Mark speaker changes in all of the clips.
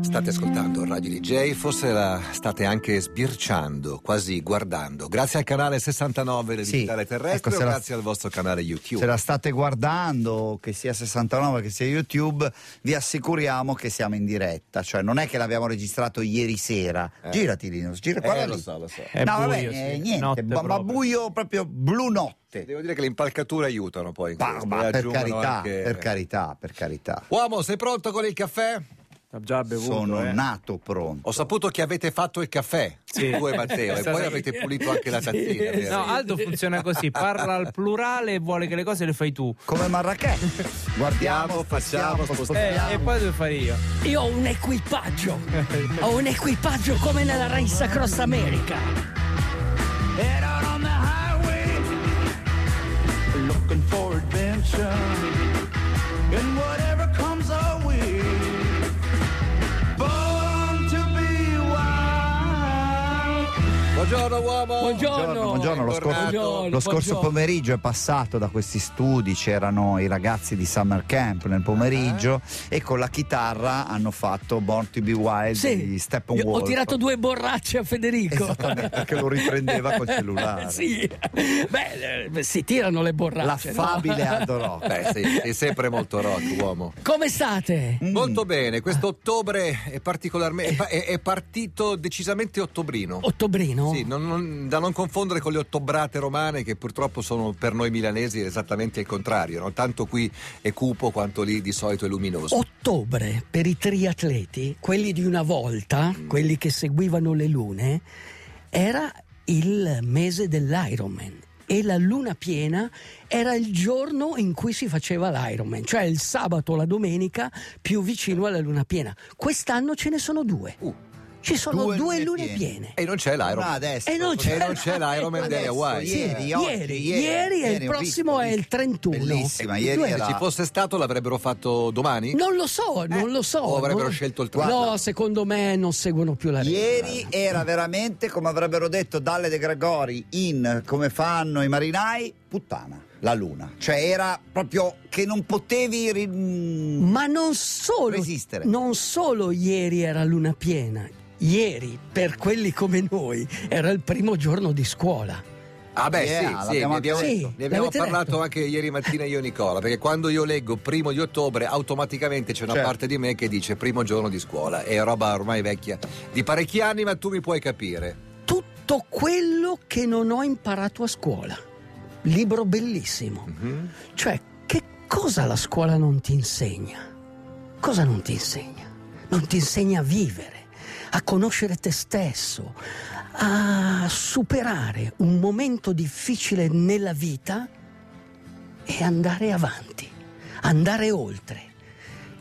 Speaker 1: State ascoltando Radio DJ, forse la state anche sbirciando, quasi guardando. Grazie al canale 69 del
Speaker 2: Sì.
Speaker 1: Digitale Terrestre,
Speaker 2: Ecco, se la-
Speaker 1: grazie al vostro canale YouTube.
Speaker 2: Se la state guardando, che sia 69 che sia YouTube, vi assicuriamo che siamo in diretta, cioè non è che l'abbiamo registrato ieri sera.
Speaker 1: Eh.
Speaker 2: Girati Linus, gira, guarda
Speaker 1: Eh, lo
Speaker 2: lì.
Speaker 1: so, lo so.
Speaker 3: È
Speaker 2: no,
Speaker 3: buio,
Speaker 2: vabbè,
Speaker 3: sì.
Speaker 2: eh, niente,
Speaker 3: Notte
Speaker 2: ma, ma
Speaker 3: proprio.
Speaker 2: buio proprio blu notte.
Speaker 1: Devo dire che le impalcature aiutano poi. in
Speaker 2: Pa-
Speaker 1: questo,
Speaker 2: ma
Speaker 1: e
Speaker 2: per
Speaker 1: aggiungono
Speaker 2: carità,
Speaker 1: anche-
Speaker 3: Eh.
Speaker 2: per carità, per carità.
Speaker 1: Uomo, sei pronto con il caffè?
Speaker 3: Ho già bevuto.
Speaker 2: Sono
Speaker 3: eh.
Speaker 2: nato pronto.
Speaker 1: Ho saputo che avete fatto il caffè,
Speaker 3: Sì.
Speaker 1: tu e Matteo, e poi avete pulito anche la tazzina.
Speaker 2: Eh,
Speaker 1: vero?
Speaker 3: No, Aldo funziona così, parla al plurale e vuole che le cose le fai tu.
Speaker 2: Come Marrakech. Guardiamo,
Speaker 1: Andiamo, facciamo,
Speaker 2: facciamo,
Speaker 3: Eh,
Speaker 2: spostiamo.
Speaker 3: e poi devo fare io.
Speaker 4: Io ho un equipaggio. Ho un equipaggio come nella Race Across America.
Speaker 5: Head out on the highway, looking for adventure. And whatever comes our way, born to be wild.
Speaker 1: Buongiorno uomo!
Speaker 4: Buongiorno.
Speaker 2: buongiorno, lo scorso-
Speaker 4: Buongiorno,
Speaker 2: Lo scorso
Speaker 4: buongiorno.
Speaker 2: pomeriggio è passato da questi studi, c'erano i ragazzi di Summer Camp nel pomeriggio
Speaker 5: Eh?
Speaker 2: e con la chitarra hanno fatto Born to be Wild di
Speaker 4: io
Speaker 2: Steppenwolf.
Speaker 4: ho tirato due borracce a Federico.
Speaker 2: Esattamente, perché lo riprendeva col cellulare.
Speaker 4: sì. Beh, eh, si tirano le borracce. no?
Speaker 2: L'affabile Aldo Rock.
Speaker 1: Beh, sei, sei sempre molto rock uomo.
Speaker 4: Come
Speaker 2: Mm.
Speaker 4: state?
Speaker 1: Molto bene, questo ottobre è particolarmente è, è partito decisamente ottobrino.
Speaker 4: Oh, Ottobrino?
Speaker 1: Sì, non- non- da non confondere con le ottobrate romane che purtroppo sono per noi milanesi esattamente il contrario, no? tanto qui è cupo quanto lì di solito è luminoso.
Speaker 4: Oh, Ottobre per i triatleti, quelli di una volta, quelli che seguivano le lune, era il mese dell'Ironman e la luna piena era il giorno in cui si faceva l'Ironman, cioè il sabato o la domenica più vicino alla luna piena. Quest'anno ce ne sono due.
Speaker 1: Uh.
Speaker 4: Ci sono
Speaker 2: Due
Speaker 4: due,
Speaker 2: lune
Speaker 4: lune
Speaker 2: piene.
Speaker 4: piene.
Speaker 1: E non c'è l'Iron.
Speaker 2: Una adesso.
Speaker 4: E non c'è,
Speaker 1: non c'è l'Iron Man dei
Speaker 2: Eh, Adesso,
Speaker 1: Hawaii.
Speaker 2: Ieri,
Speaker 4: Sì,
Speaker 2: oggi,
Speaker 4: ieri,
Speaker 2: ieri,
Speaker 4: ieri e il
Speaker 2: ieri ho
Speaker 4: prossimo
Speaker 2: visto,
Speaker 4: è il 31.
Speaker 2: Bellissima,
Speaker 4: Eh,
Speaker 2: ieri
Speaker 4: due-
Speaker 1: Se
Speaker 2: era
Speaker 1: ci fosse stato l'avrebbero fatto domani?
Speaker 4: Non lo so, non lo so.
Speaker 1: o avrebbero
Speaker 4: Non-
Speaker 1: scelto il
Speaker 4: No,
Speaker 1: guarda.
Speaker 4: secondo me non seguono più la regola.
Speaker 2: Ieri era veramente, come avrebbero detto Dalle De Gregori in Come fanno i marinai, puttana, la luna. Cioè era proprio che non potevi... ri- Mm.
Speaker 4: Ma non solo,
Speaker 2: Resistere.
Speaker 4: non solo ieri era luna piena, ieri per quelli come noi era il primo giorno di scuola.
Speaker 1: Ah beh,
Speaker 2: Yeah,
Speaker 1: sì, sì,
Speaker 2: l'abbiamo
Speaker 1: ne
Speaker 2: anche
Speaker 1: abbiamo,
Speaker 4: detto.
Speaker 1: ne abbiamo
Speaker 4: L'avete
Speaker 1: parlato
Speaker 4: detto.
Speaker 1: anche ieri mattina io e Nicola, perché quando io leggo primo di ottobre automaticamente c'è una
Speaker 2: Certo.
Speaker 1: parte di me che dice primo giorno di scuola, è roba ormai vecchia di parecchi anni, ma tu mi puoi capire.
Speaker 4: Tutto quello che non ho imparato a scuola. Libro bellissimo.
Speaker 1: Mhm.
Speaker 4: Cioè, che cosa la scuola non ti insegna? Cosa non ti insegna? Non ti insegna a vivere, a conoscere te stesso, a superare un momento difficile nella vita e andare avanti, andare oltre.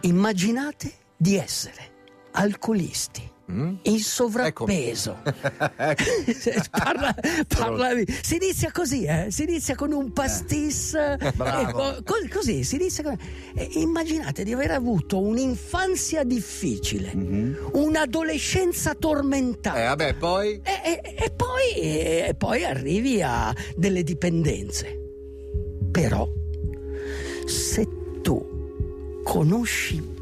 Speaker 4: Immaginate di essere alcolisti,
Speaker 1: Mm?
Speaker 4: in sovrappeso.
Speaker 1: Ecco.
Speaker 4: Se Cioè, parla- parla- si inizia così, eh? si inizia con un pastis, eh,
Speaker 2: Bravo.
Speaker 4: co- co- così, si inizia con- eh, immaginate di aver avuto un'infanzia difficile, un'adolescenza tormentata.
Speaker 1: Eh vabbè, poi
Speaker 4: E, e- e poi, e poi arrivi a delle dipendenze. Però, se tu conosci,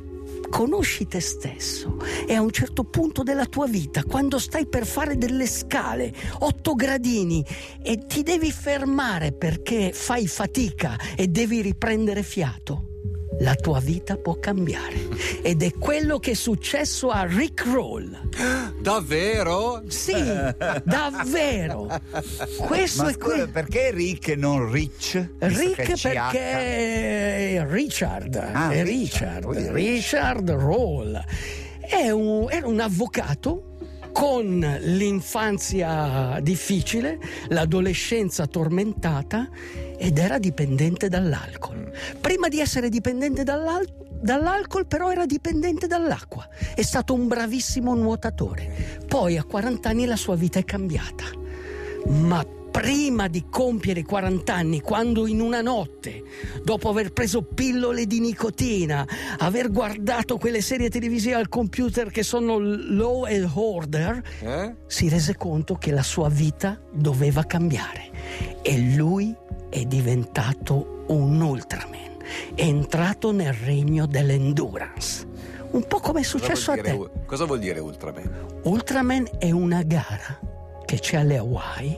Speaker 4: conosci te stesso e a un certo punto della tua vita, quando stai per fare delle scale, otto gradini, e ti devi fermare perché fai fatica e devi riprendere fiato, la tua vita può cambiare. Ed è quello che è successo a Rick Roll.
Speaker 1: davvero?
Speaker 4: Sì, davvero. Questo
Speaker 2: Ma
Speaker 4: è
Speaker 2: scusa,
Speaker 4: quello.
Speaker 2: perché Rick e non Rich? Visto che è
Speaker 4: Rick
Speaker 2: CH.
Speaker 4: perché Richard,
Speaker 2: Ah,
Speaker 4: è
Speaker 2: Richard,
Speaker 4: Richard,
Speaker 2: quindi
Speaker 4: Richard, Roll È un- era un avvocato con l'infanzia difficile, l'adolescenza tormentata ed era dipendente dall'alcol. Prima di essere dipendente dall'al- dall'alcol però era dipendente dall'acqua. È stato un bravissimo nuotatore. Poi a 40 anni la sua vita è cambiata ma prima di compiere i 40 anni, quando in una notte, dopo aver preso pillole di nicotina, aver guardato quelle serie televisive al computer che sono Law and Order,
Speaker 1: Eh?
Speaker 4: si rese conto che la sua vita doveva cambiare e lui è diventato un Ultraman, è entrato nel regno dell'endurance. Un po' come è successo
Speaker 1: cosa
Speaker 4: a
Speaker 1: vuol
Speaker 4: te.
Speaker 1: dire u- Cosa vuol dire Ultraman?
Speaker 4: Ultraman è una gara che c'è alle Hawaii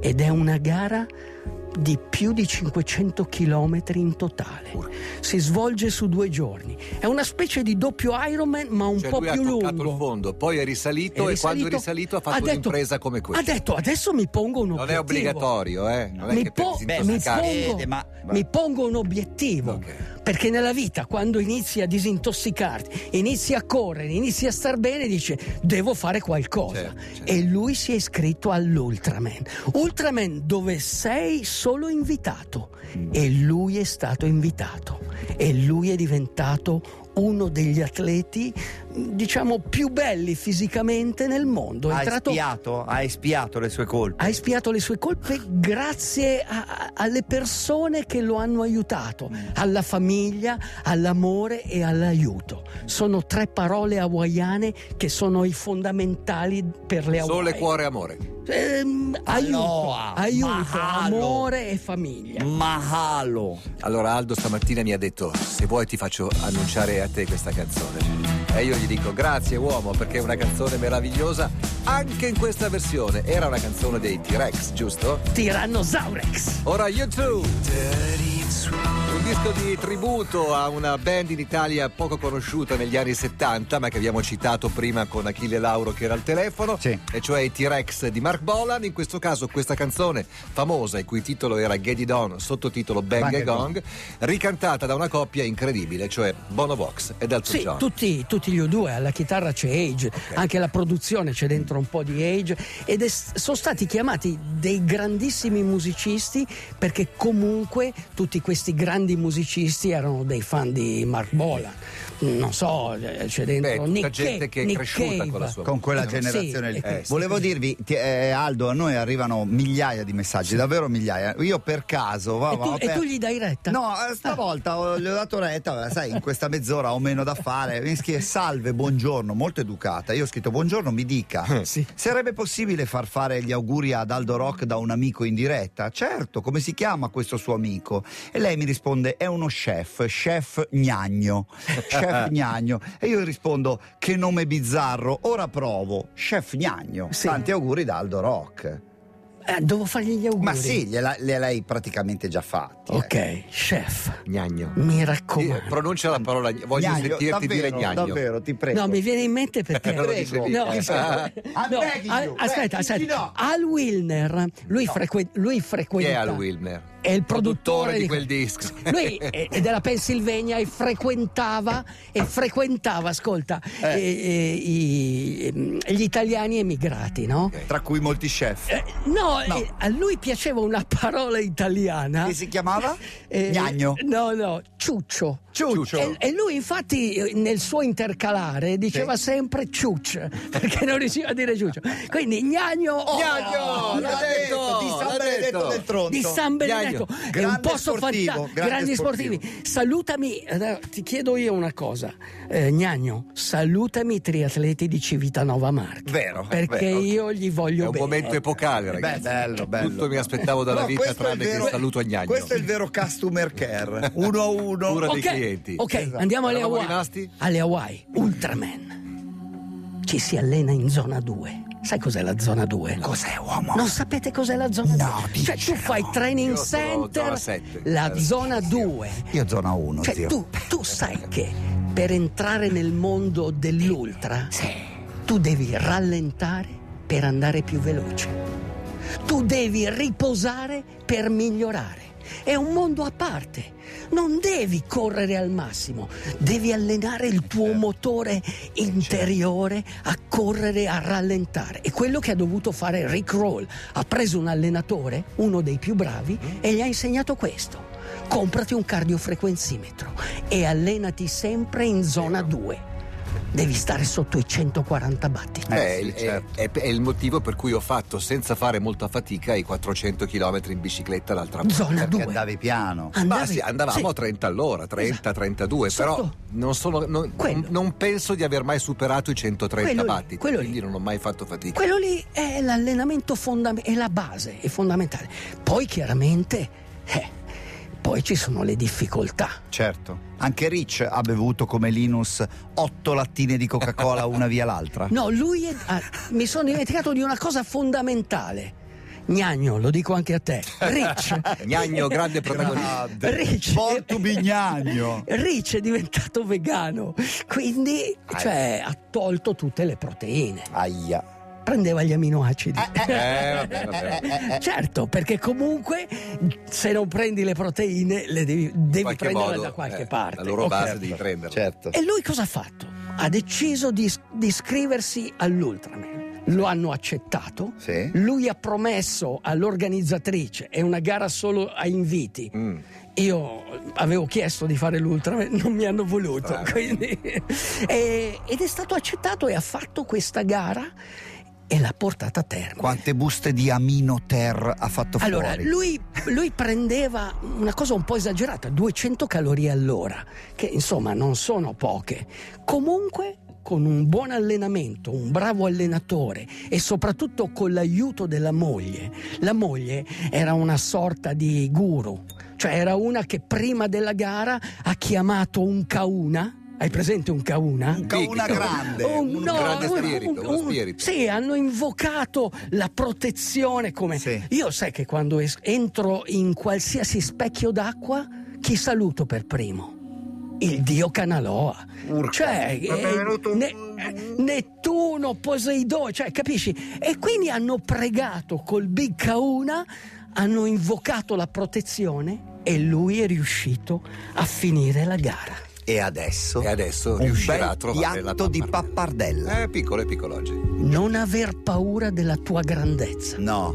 Speaker 4: ed è una gara di più di 500 km in totale. Si svolge su due giorni. È una specie di doppio Ironman, ma un
Speaker 1: Cioè
Speaker 4: po'
Speaker 1: lui ha
Speaker 4: più
Speaker 1: toccato
Speaker 4: lungo.
Speaker 1: il fondo, poi è risalito e quando è risalito ha fatto
Speaker 4: detto-
Speaker 1: un'impresa come questa.
Speaker 4: Ha detto adesso mi pongo un
Speaker 1: non è
Speaker 4: obiettivo.
Speaker 1: obbligatorio, eh? Non è
Speaker 4: mi,
Speaker 1: che per
Speaker 4: po-
Speaker 2: Beh,
Speaker 4: mi,
Speaker 1: disintossicarsi-
Speaker 2: Eh,
Speaker 4: pongo,
Speaker 2: ma-
Speaker 4: mi pongo un obiettivo.
Speaker 1: Ok.
Speaker 4: Perché nella vita, quando inizi a disintossicarti, inizi a correre, inizi a star bene, dice devo fare qualcosa.
Speaker 1: Certo, certo.
Speaker 4: E lui si è iscritto all'Ultraman. Ultraman dove sei solo invitato.
Speaker 1: Mm.
Speaker 4: E lui è stato invitato. E lui è diventato uno degli atleti, diciamo, più belli fisicamente nel mondo. È
Speaker 2: Ha
Speaker 4: entrato
Speaker 2: espiato, ha espiato le sue colpe.
Speaker 4: ha espiato le sue colpe grazie a- a- alle persone che lo hanno aiutato, alla famiglia, all'amore e all'aiuto. Sono tre parole hawaiane che sono i fondamentali per le Hawaii.
Speaker 1: certo. Sole, cuore, amore.
Speaker 4: Ehm, aiuto,
Speaker 2: Aloha,
Speaker 4: aiuto,
Speaker 2: mahalo.
Speaker 4: amore e famiglia.
Speaker 2: Mahalo.
Speaker 1: Allora Aldo stamattina mi ha detto se vuoi ti faccio annunciare a te questa canzone. E io gli dico grazie uomo perché è una canzone meravigliosa anche in questa versione. Era una canzone dei T-Rex, giusto?
Speaker 4: Tyrannosaurex.
Speaker 1: Ora YouTube! Un disco di tributo a una band in Italia poco conosciuta negli anni 70, ma che abbiamo citato prima con Achille Lauro che era al telefono,
Speaker 2: Sì.
Speaker 1: e cioè i T-Rex di Mark Bolan. In questo caso questa canzone famosa, il cui titolo era Get It On, sottotitolo Bang,
Speaker 2: Bang
Speaker 1: and
Speaker 2: and
Speaker 1: Gong, ricantata da una coppia incredibile, cioè Bono Vox ed Elton
Speaker 4: Sì,
Speaker 1: John.
Speaker 4: tutti, tutti gli due, alla chitarra c'è Age, anche la produzione c'è dentro un po' di Age ed è s- sono stati chiamati dei grandissimi musicisti perché comunque tutti questi grandi musicisti erano dei fan di Mark Bolan. Non so, eh, c'è
Speaker 1: Beh,
Speaker 4: dentro
Speaker 1: tutta
Speaker 4: Nick
Speaker 1: gente
Speaker 4: Cave-
Speaker 1: che è
Speaker 4: Nick
Speaker 1: cresciuta
Speaker 4: Cave.
Speaker 1: con la sua
Speaker 2: con quella
Speaker 1: musica, no?
Speaker 2: generazione
Speaker 4: Sì,
Speaker 2: lì.
Speaker 4: è questo.
Speaker 2: Volevo dirvi, ti- eh, Aldo, a noi arrivano migliaia di messaggi, davvero migliaia. Io per caso. va-
Speaker 4: E tu-
Speaker 2: va-
Speaker 4: e tu gli dai retta?
Speaker 2: No, eh, stavolta ho- gli ho dato retta, eh, sai, in questa mezz'ora ho meno da fare. Mi scrive salve, buongiorno, molto educata. Io ho scritto buongiorno, mi dica.
Speaker 4: Sì.
Speaker 2: Sarebbe possibile far fare gli auguri ad Aldo Rock da un amico in diretta? Certo, come si chiama questo suo amico? E lei mi risponde: è uno chef, chef gnagno. Chef gnagno. E io rispondo: che nome bizzarro, ora provo. Chef gnagno.
Speaker 4: Sì.
Speaker 2: Tanti auguri da Aldo Rock.
Speaker 4: Eh, devo fargli gli auguri.
Speaker 2: Ma sì, gliela- gliel'hai praticamente già fatti. eh.
Speaker 4: Ok, chef,
Speaker 1: Gnagno.
Speaker 4: mi
Speaker 1: Di-
Speaker 4: raccomando.
Speaker 1: Pronuncia la parola, gna- voglio
Speaker 2: Gnagno,
Speaker 1: sentirti dire
Speaker 2: davvero,
Speaker 1: gnagno.
Speaker 2: Davvero, ti prego.
Speaker 4: No, mi viene in mente perché.
Speaker 1: Non lo dice
Speaker 4: No, eh,
Speaker 1: mica.
Speaker 4: no,
Speaker 2: I'm begging
Speaker 4: a-
Speaker 2: you, begging
Speaker 4: aspetta,
Speaker 2: you
Speaker 4: aspetta.
Speaker 2: not.
Speaker 4: Al Wilner, lui, frequen- lui
Speaker 1: Chi è
Speaker 4: frequenta.
Speaker 1: Al Wilmer?
Speaker 4: È il produttore
Speaker 1: di quel disco.
Speaker 4: Lui è è della Pennsylvania e frequentava, e frequentava ascolta, eh, eh, i- ehm, gli italiani emigrati, no?
Speaker 2: Tra cui molti chef.
Speaker 4: Eh, no,
Speaker 2: No.
Speaker 4: eh, a lui piaceva una parola italiana.
Speaker 2: Che si chiamava?
Speaker 4: Eh,
Speaker 2: Gnagno.
Speaker 4: No, no, ciuccio.
Speaker 2: Ciuccio.
Speaker 4: E, e lui infatti eh, nel suo intercalare diceva sempre ciuccio, perché non riusciva a dire ciuccio. Quindi gnagno oh,
Speaker 1: Gnagno, l'ha detto,
Speaker 2: di
Speaker 1: l'ha
Speaker 2: San Benedetto
Speaker 1: detto.
Speaker 2: del Tronto.
Speaker 4: di San Benedetto,
Speaker 1: Gnagno.
Speaker 4: è un
Speaker 2: Grande
Speaker 4: posto
Speaker 2: sportivo,
Speaker 4: fantastico,
Speaker 2: grande
Speaker 4: grandi
Speaker 2: sportivo.
Speaker 4: sportivi. Salutami, eh, ti chiedo io una cosa, eh, Gnagno, salutami i triatleti di Civitanova Marche.
Speaker 2: Vero, è
Speaker 4: Perché
Speaker 2: vero.
Speaker 4: io gli
Speaker 1: È
Speaker 4: voglio
Speaker 1: un
Speaker 4: bene.
Speaker 1: momento epocale,
Speaker 2: Eh, Beh,
Speaker 1: ragazzi.
Speaker 2: bello, bello.
Speaker 1: Tutto mi aspettavo dalla
Speaker 2: No,
Speaker 1: vita
Speaker 2: questo è il
Speaker 1: tranne che
Speaker 2: vero-
Speaker 1: il saluto a Gnagno.
Speaker 2: Questo è il vero customer care. Uno a uno.
Speaker 1: Cura
Speaker 4: Ok,
Speaker 1: dei clienti.
Speaker 4: Ok,
Speaker 2: Esatto.
Speaker 4: andiamo alle
Speaker 1: Eravamo
Speaker 4: Hawaii.
Speaker 1: rimasti?
Speaker 4: Alle Hawaii, Ultraman. Ci si allena in zona 2. Sai cos'è la zona 2?
Speaker 2: Cos'è, uomo?
Speaker 4: Non sapete cos'è la zona 2? cioè tu fai training
Speaker 1: Io sono zona
Speaker 4: center,
Speaker 1: sette.
Speaker 4: la
Speaker 1: Eh,
Speaker 4: zona
Speaker 1: sì.
Speaker 4: 2.
Speaker 2: Io zona 1,
Speaker 4: Cioè
Speaker 2: zio.
Speaker 4: tu, tu sai che per entrare nel mondo dell'ultra tu devi rallentare per andare più veloce. Tu devi riposare per migliorare. È un mondo a parte. Non devi correre al massimo, devi allenare il tuo
Speaker 1: Certo.
Speaker 4: motore interiore a correre, a rallentare. È quello che ha dovuto fare Rick Roll. Ha preso un allenatore, uno dei più bravi,
Speaker 1: Mm.
Speaker 4: e gli ha insegnato questo. Comprati un cardiofrequenzimetro e allenati sempre in zona 2. Devi stare sotto i 140 battiti.
Speaker 1: Eh,
Speaker 2: Eh, sì,
Speaker 1: è-
Speaker 2: certo.
Speaker 1: è, è il motivo per cui ho fatto senza fare molta fatica i 400 km in bicicletta l'altra volta.
Speaker 4: Zona
Speaker 2: Perché
Speaker 4: 2.
Speaker 2: andavi piano.
Speaker 1: Ma Ah, sì, andavamo a 30 all'ora, 30,
Speaker 4: Esatto.
Speaker 1: 32, però
Speaker 4: Sotto.
Speaker 1: non, sono- non-
Speaker 4: Quello.
Speaker 1: non penso di aver mai superato i 130
Speaker 4: Quello lì,
Speaker 1: battiti,
Speaker 4: quello lì.
Speaker 1: quindi non ho mai fatto fatica.
Speaker 4: Quello lì è l'allenamento fondamentale, è la base, è fondamentale. Poi chiaramente eh, Poi ci sono le difficoltà.
Speaker 2: Certo. Anche Rich ha bevuto come Linus otto lattine di Coca-Cola una via l'altra.
Speaker 4: No, lui è- ah, mi sono dimenticato di una cosa fondamentale. Gnagno, lo dico anche a te. Rich.
Speaker 1: Gnagno, grande protagonista.
Speaker 2: Grande.
Speaker 4: Rich.
Speaker 2: Porto Bignagno.
Speaker 4: Rich è diventato vegano, quindi
Speaker 1: Ah, eh.
Speaker 4: cioè, ha tolto tutte le proteine,
Speaker 2: Aia.
Speaker 4: prendeva gli aminoacidi.
Speaker 1: Eh, vabbè, vabbè.
Speaker 4: Certo, perché comunque se non prendi le proteine le devi, devi
Speaker 1: In qualche
Speaker 4: prenderle
Speaker 1: modo,
Speaker 4: da qualche
Speaker 1: eh,
Speaker 4: parte.
Speaker 1: La loro
Speaker 4: Ok.
Speaker 1: base devi prenderla.
Speaker 2: Certo.
Speaker 4: E lui cosa ha fatto? Ha deciso di, di iscriversi all'Ultraman. Lo hanno accettato.
Speaker 2: Sì.
Speaker 4: Lui ha promesso all'organizzatrice, è una gara solo a inviti.
Speaker 1: Mm.
Speaker 4: Io avevo chiesto di fare l'Ultraman, non mi hanno voluto.
Speaker 1: Bravo.
Speaker 4: quindi- E- ed è stato accettato e ha fatto questa gara e l'ha portata a termine.
Speaker 2: Quante buste di aminoter ha fatto
Speaker 4: Allora,
Speaker 2: fuori?
Speaker 4: lui, lui prendeva una cosa un po' esagerata, 200 calorie all'ora, che insomma non sono poche. Comunque, con un buon allenamento, un bravo allenatore e soprattutto con l'aiuto della moglie, la moglie era una sorta di guru, cioè era una che prima della gara ha chiamato un kauna. Hai presente un kauna?
Speaker 2: Una
Speaker 1: Dico.
Speaker 2: grande.
Speaker 4: Oh,
Speaker 1: un
Speaker 4: no,
Speaker 1: grande
Speaker 4: un-
Speaker 1: spirito,
Speaker 4: un-
Speaker 1: uno
Speaker 4: un-
Speaker 1: spirito.
Speaker 4: Sì, hanno invocato la protezione come...
Speaker 2: Sì.
Speaker 4: Io sai che quando es- entro in qualsiasi specchio d'acqua, chi saluto per primo? Il dio Canaloa. Cioè, eh, Ne- eh, Nettuno, Poseidone, cioè, capisci? E quindi hanno pregato col Big Kauna, hanno invocato la protezione e lui è riuscito a finire la gara.
Speaker 2: E adesso?
Speaker 1: E adesso
Speaker 2: un
Speaker 1: riuscirà a
Speaker 2: bel
Speaker 1: trovare la
Speaker 2: piatto di pappardella.
Speaker 1: Eh, piccolo e piccolo oggi.
Speaker 4: Non aver paura della tua grandezza.
Speaker 2: Eh? No.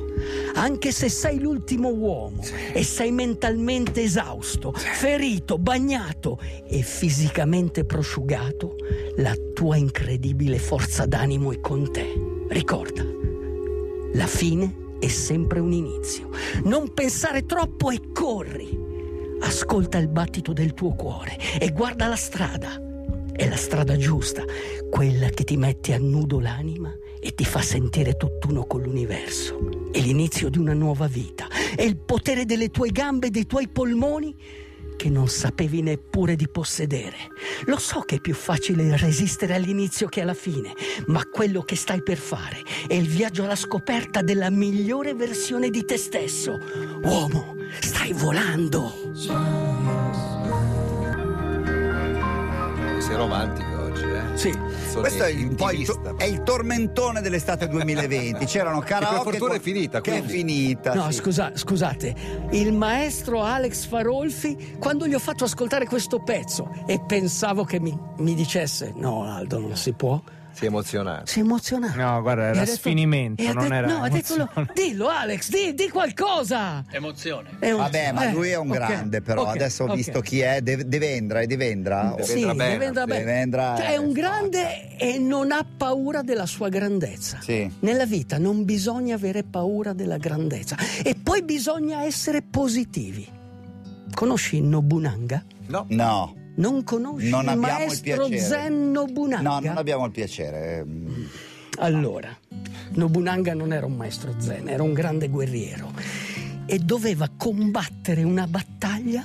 Speaker 4: Anche se sei l'ultimo uomo e sei mentalmente esausto, ferito, bagnato e fisicamente prosciugato, la tua incredibile forza d'animo è con te. Ricorda, la fine è sempre un inizio. Non pensare troppo e corri. Ascolta il battito del tuo cuore e guarda la strada. È la strada giusta, quella che ti mette a nudo l'anima e ti fa sentire tutt'uno con l'universo. È l'inizio di una nuova vita, è il potere delle tue gambe e dei tuoi polmoni che non sapevi neppure di possedere. Lo so che è più facile resistere all'inizio che alla fine, ma quello che stai per fare è il viaggio alla scoperta della migliore versione di te stesso. Uomo, stai volando!
Speaker 1: Sei romantico oggi, eh?
Speaker 4: Sì.
Speaker 1: Sono
Speaker 2: Questo è il, poi il to-
Speaker 1: intimista,
Speaker 2: è il tormentone dell'estate 2020. C'erano karaoke.
Speaker 1: per fortuna è finita,
Speaker 2: Che è
Speaker 1: quindi.
Speaker 2: finita.
Speaker 4: No,
Speaker 2: Ah, sì.
Speaker 4: scusa- scusate, il maestro Alex Farolfi, quando gli ho fatto ascoltare questo pezzo e pensavo che mi, mi dicesse no Aldo non si può,
Speaker 1: Si è emozionato.
Speaker 4: si è emozionato.
Speaker 3: No, guarda, era
Speaker 4: E ha detto-
Speaker 3: sfinimento,
Speaker 4: e ha
Speaker 3: non
Speaker 4: detto-
Speaker 3: era
Speaker 4: No, ha detto, lo-
Speaker 3: emozione.
Speaker 4: dillo Alex, di, di qualcosa!
Speaker 6: Emozione.
Speaker 4: È un-
Speaker 2: Vabbè, ma
Speaker 4: eh,
Speaker 2: lui è un
Speaker 4: ok,
Speaker 2: grande, però
Speaker 4: ok,
Speaker 2: adesso ho
Speaker 4: ok.
Speaker 2: visto chi è. De, De Vendra, è De Vendra?
Speaker 1: De
Speaker 2: O-
Speaker 1: Sì, Vendra bene,
Speaker 4: Devendra bene.
Speaker 2: Devendra
Speaker 4: Cioè,
Speaker 2: è
Speaker 4: è un
Speaker 2: fatta.
Speaker 4: grande e non ha paura della sua grandezza.
Speaker 2: Sì.
Speaker 4: Nella vita non bisogna avere paura della grandezza e poi bisogna essere positivi. Conosci Nobunanga?
Speaker 1: No,
Speaker 2: No,
Speaker 4: Non conosci
Speaker 2: non
Speaker 4: il
Speaker 2: abbiamo il
Speaker 4: maestro
Speaker 2: piacere.
Speaker 4: Zen Nobunanga?
Speaker 2: No, non abbiamo il piacere. Mm.
Speaker 4: Allora, Nobunanga non era un maestro zen, era un grande guerriero e doveva combattere una battaglia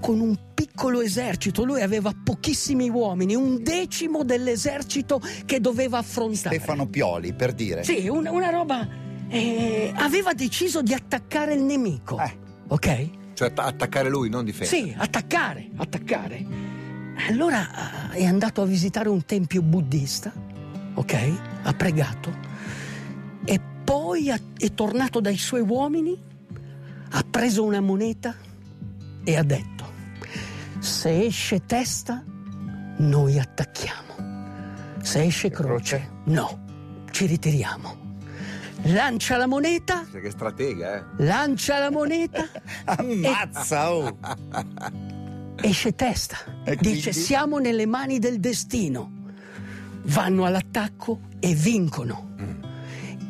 Speaker 4: con un piccolo esercito. Lui aveva pochissimi uomini, un decimo dell'esercito che doveva affrontare.
Speaker 2: Stefano Pioli, per dire.
Speaker 4: Sì, una, una roba. eh, aveva deciso di attaccare il nemico.
Speaker 2: Eh.
Speaker 4: Ok?
Speaker 1: cioè att- attaccare lui, non difendere.
Speaker 4: Sì, attaccare, attaccare. Allora eh, è andato a visitare un tempio buddista, ok? Ha pregato e poi ha- è tornato dai suoi uomini, ha preso una moneta e ha detto, se esce testa, noi attacchiamo. Se esce croce, no, ci ritiriamo. Lancia la moneta,
Speaker 1: Cioè, che stratega, eh?
Speaker 4: lancia la moneta. Eh.
Speaker 2: Ammazza, oh!
Speaker 4: esce testa.
Speaker 1: Ecco,
Speaker 2: E quindi?
Speaker 4: Dice siamo nelle mani del destino. Vanno all'attacco e vincono.
Speaker 1: Mm.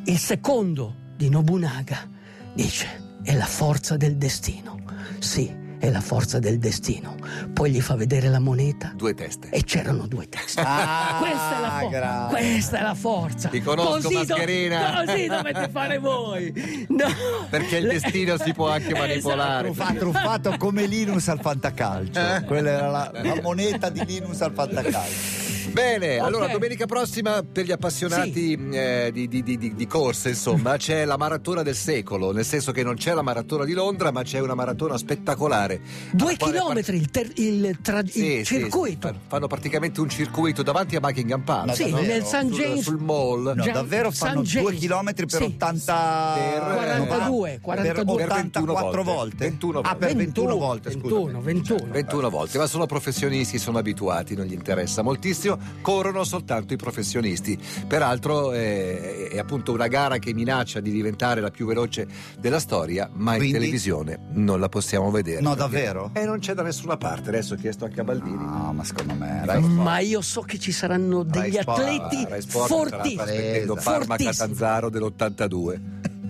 Speaker 4: Il secondo di Nobunaga dice è la forza del destino. Sì, è la forza del destino. Poi gli fa vedere la moneta
Speaker 1: Due teste.
Speaker 4: e c'erano due teste.
Speaker 2: Ah,
Speaker 4: questa, è la for-
Speaker 2: grande.
Speaker 4: questa è la forza.
Speaker 1: Ti conosco,
Speaker 4: Così do-
Speaker 1: mascherina.
Speaker 4: così dovete fare voi. No.
Speaker 1: Perché il
Speaker 4: Le-
Speaker 1: destino si può anche
Speaker 4: Esatto.
Speaker 1: manipolare.
Speaker 2: Truffa- truffato come Linus al fantacalcio. Quella era la, la moneta di Linus al fantacalcio.
Speaker 1: Bene,
Speaker 4: Ok.
Speaker 1: allora domenica prossima per gli appassionati eh, di, di- di- di- di corse,
Speaker 4: Mm.
Speaker 1: insomma, c'è la maratona del secolo, nel senso che non c'è la maratona di Londra, ma c'è una maratona spettacolare.
Speaker 4: Due
Speaker 1: Alla quale
Speaker 4: chilometri il, ter- il tra- il
Speaker 1: Sì, sì,
Speaker 4: circuito.
Speaker 1: sì, fanno praticamente un circuito davanti a Buckingham Palace.
Speaker 4: Sì,
Speaker 1: no?
Speaker 4: nel St.
Speaker 1: Sul-
Speaker 4: James-
Speaker 1: Sul mall.
Speaker 2: No,
Speaker 4: Gian-
Speaker 2: davvero fanno
Speaker 4: San
Speaker 2: due
Speaker 4: James.
Speaker 2: chilometri per
Speaker 4: Sì.
Speaker 2: 80
Speaker 1: Per,
Speaker 4: Ah,
Speaker 1: eh,
Speaker 4: 42, 42.
Speaker 2: per 84
Speaker 1: 21
Speaker 2: volte.
Speaker 1: 21
Speaker 2: Ah, per 21, volte, Cioè, scusa.
Speaker 4: 21, 21.
Speaker 1: 21 volte, ma sono professionisti, sono abituati, non gli interessa moltissimo, corrono soltanto i professionisti. Peraltro eh, è appunto una gara che minaccia di diventare la più veloce della storia, ma in
Speaker 2: Quindi?
Speaker 1: televisione non la possiamo vedere.
Speaker 2: No,
Speaker 1: perché-
Speaker 2: davvero?
Speaker 1: Eh, non c'è da nessuna parte, adesso ho chiesto anche a Baldini.
Speaker 2: No, ma secondo me,
Speaker 1: Rai
Speaker 2: dai.
Speaker 1: Sport.
Speaker 4: Ma io so che ci saranno degli
Speaker 2: Rai Sport,
Speaker 4: atleti
Speaker 1: Ah, Rai Sport starà
Speaker 4: fortissimi.
Speaker 1: trasmettendo
Speaker 2: Fortissimo.
Speaker 1: Parma
Speaker 4: Fortissimo.
Speaker 1: Catanzaro dell'82.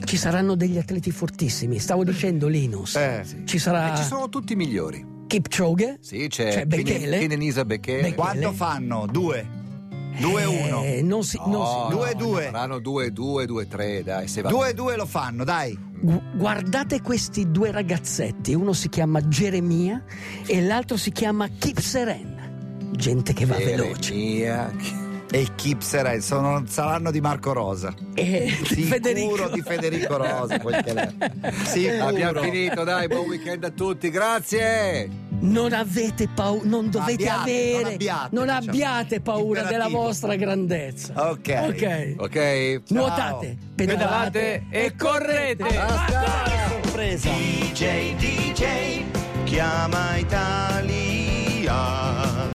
Speaker 4: Ci saranno degli atleti fortissimi. Stavo dicendo Linus.
Speaker 2: Eh,
Speaker 4: Ci sarà
Speaker 1: E ci sono tutti i migliori.
Speaker 4: Kipchoge.
Speaker 1: Sì, c'è,
Speaker 4: C'è Bekele.
Speaker 1: Kine- Kinenisa Bekele.
Speaker 4: Bekele.
Speaker 2: Quanto fanno? Due.
Speaker 4: Eh,
Speaker 2: 2-1.
Speaker 4: non si, non si-
Speaker 2: due,
Speaker 4: no.
Speaker 2: due.
Speaker 1: Saranno 2 2 2 3, dai, se va.
Speaker 2: 2-2 lo fanno, dai.
Speaker 4: Gu- Guardate questi due ragazzetti. Uno si chiama Geremia e l'altro si chiama Kipseren. Gente che va veloce.
Speaker 1: Jeremia,
Speaker 2: E i Kipser sono, saranno di Marco Rosa.
Speaker 4: E
Speaker 2: Sicuro
Speaker 4: Eh, Federico.
Speaker 2: di Federico Rosa. quel che l'è. Sicuro.
Speaker 1: Abbiamo finito, dai, buon weekend a tutti, grazie.
Speaker 4: Non avete paura, non dovete
Speaker 2: abbiate,
Speaker 4: avere,
Speaker 2: non abbiate,
Speaker 4: non
Speaker 2: diciamo.
Speaker 4: abbiate paura della
Speaker 2: Imperativo.
Speaker 4: vostra grandezza.
Speaker 2: Ok.
Speaker 4: Ok.
Speaker 1: Ok?
Speaker 2: Ciao.
Speaker 4: Nuotate, pedalate,
Speaker 3: Pedalate e correte.
Speaker 1: Basta!
Speaker 2: Sorpresa.
Speaker 5: DJ, DJ, chiama Italia.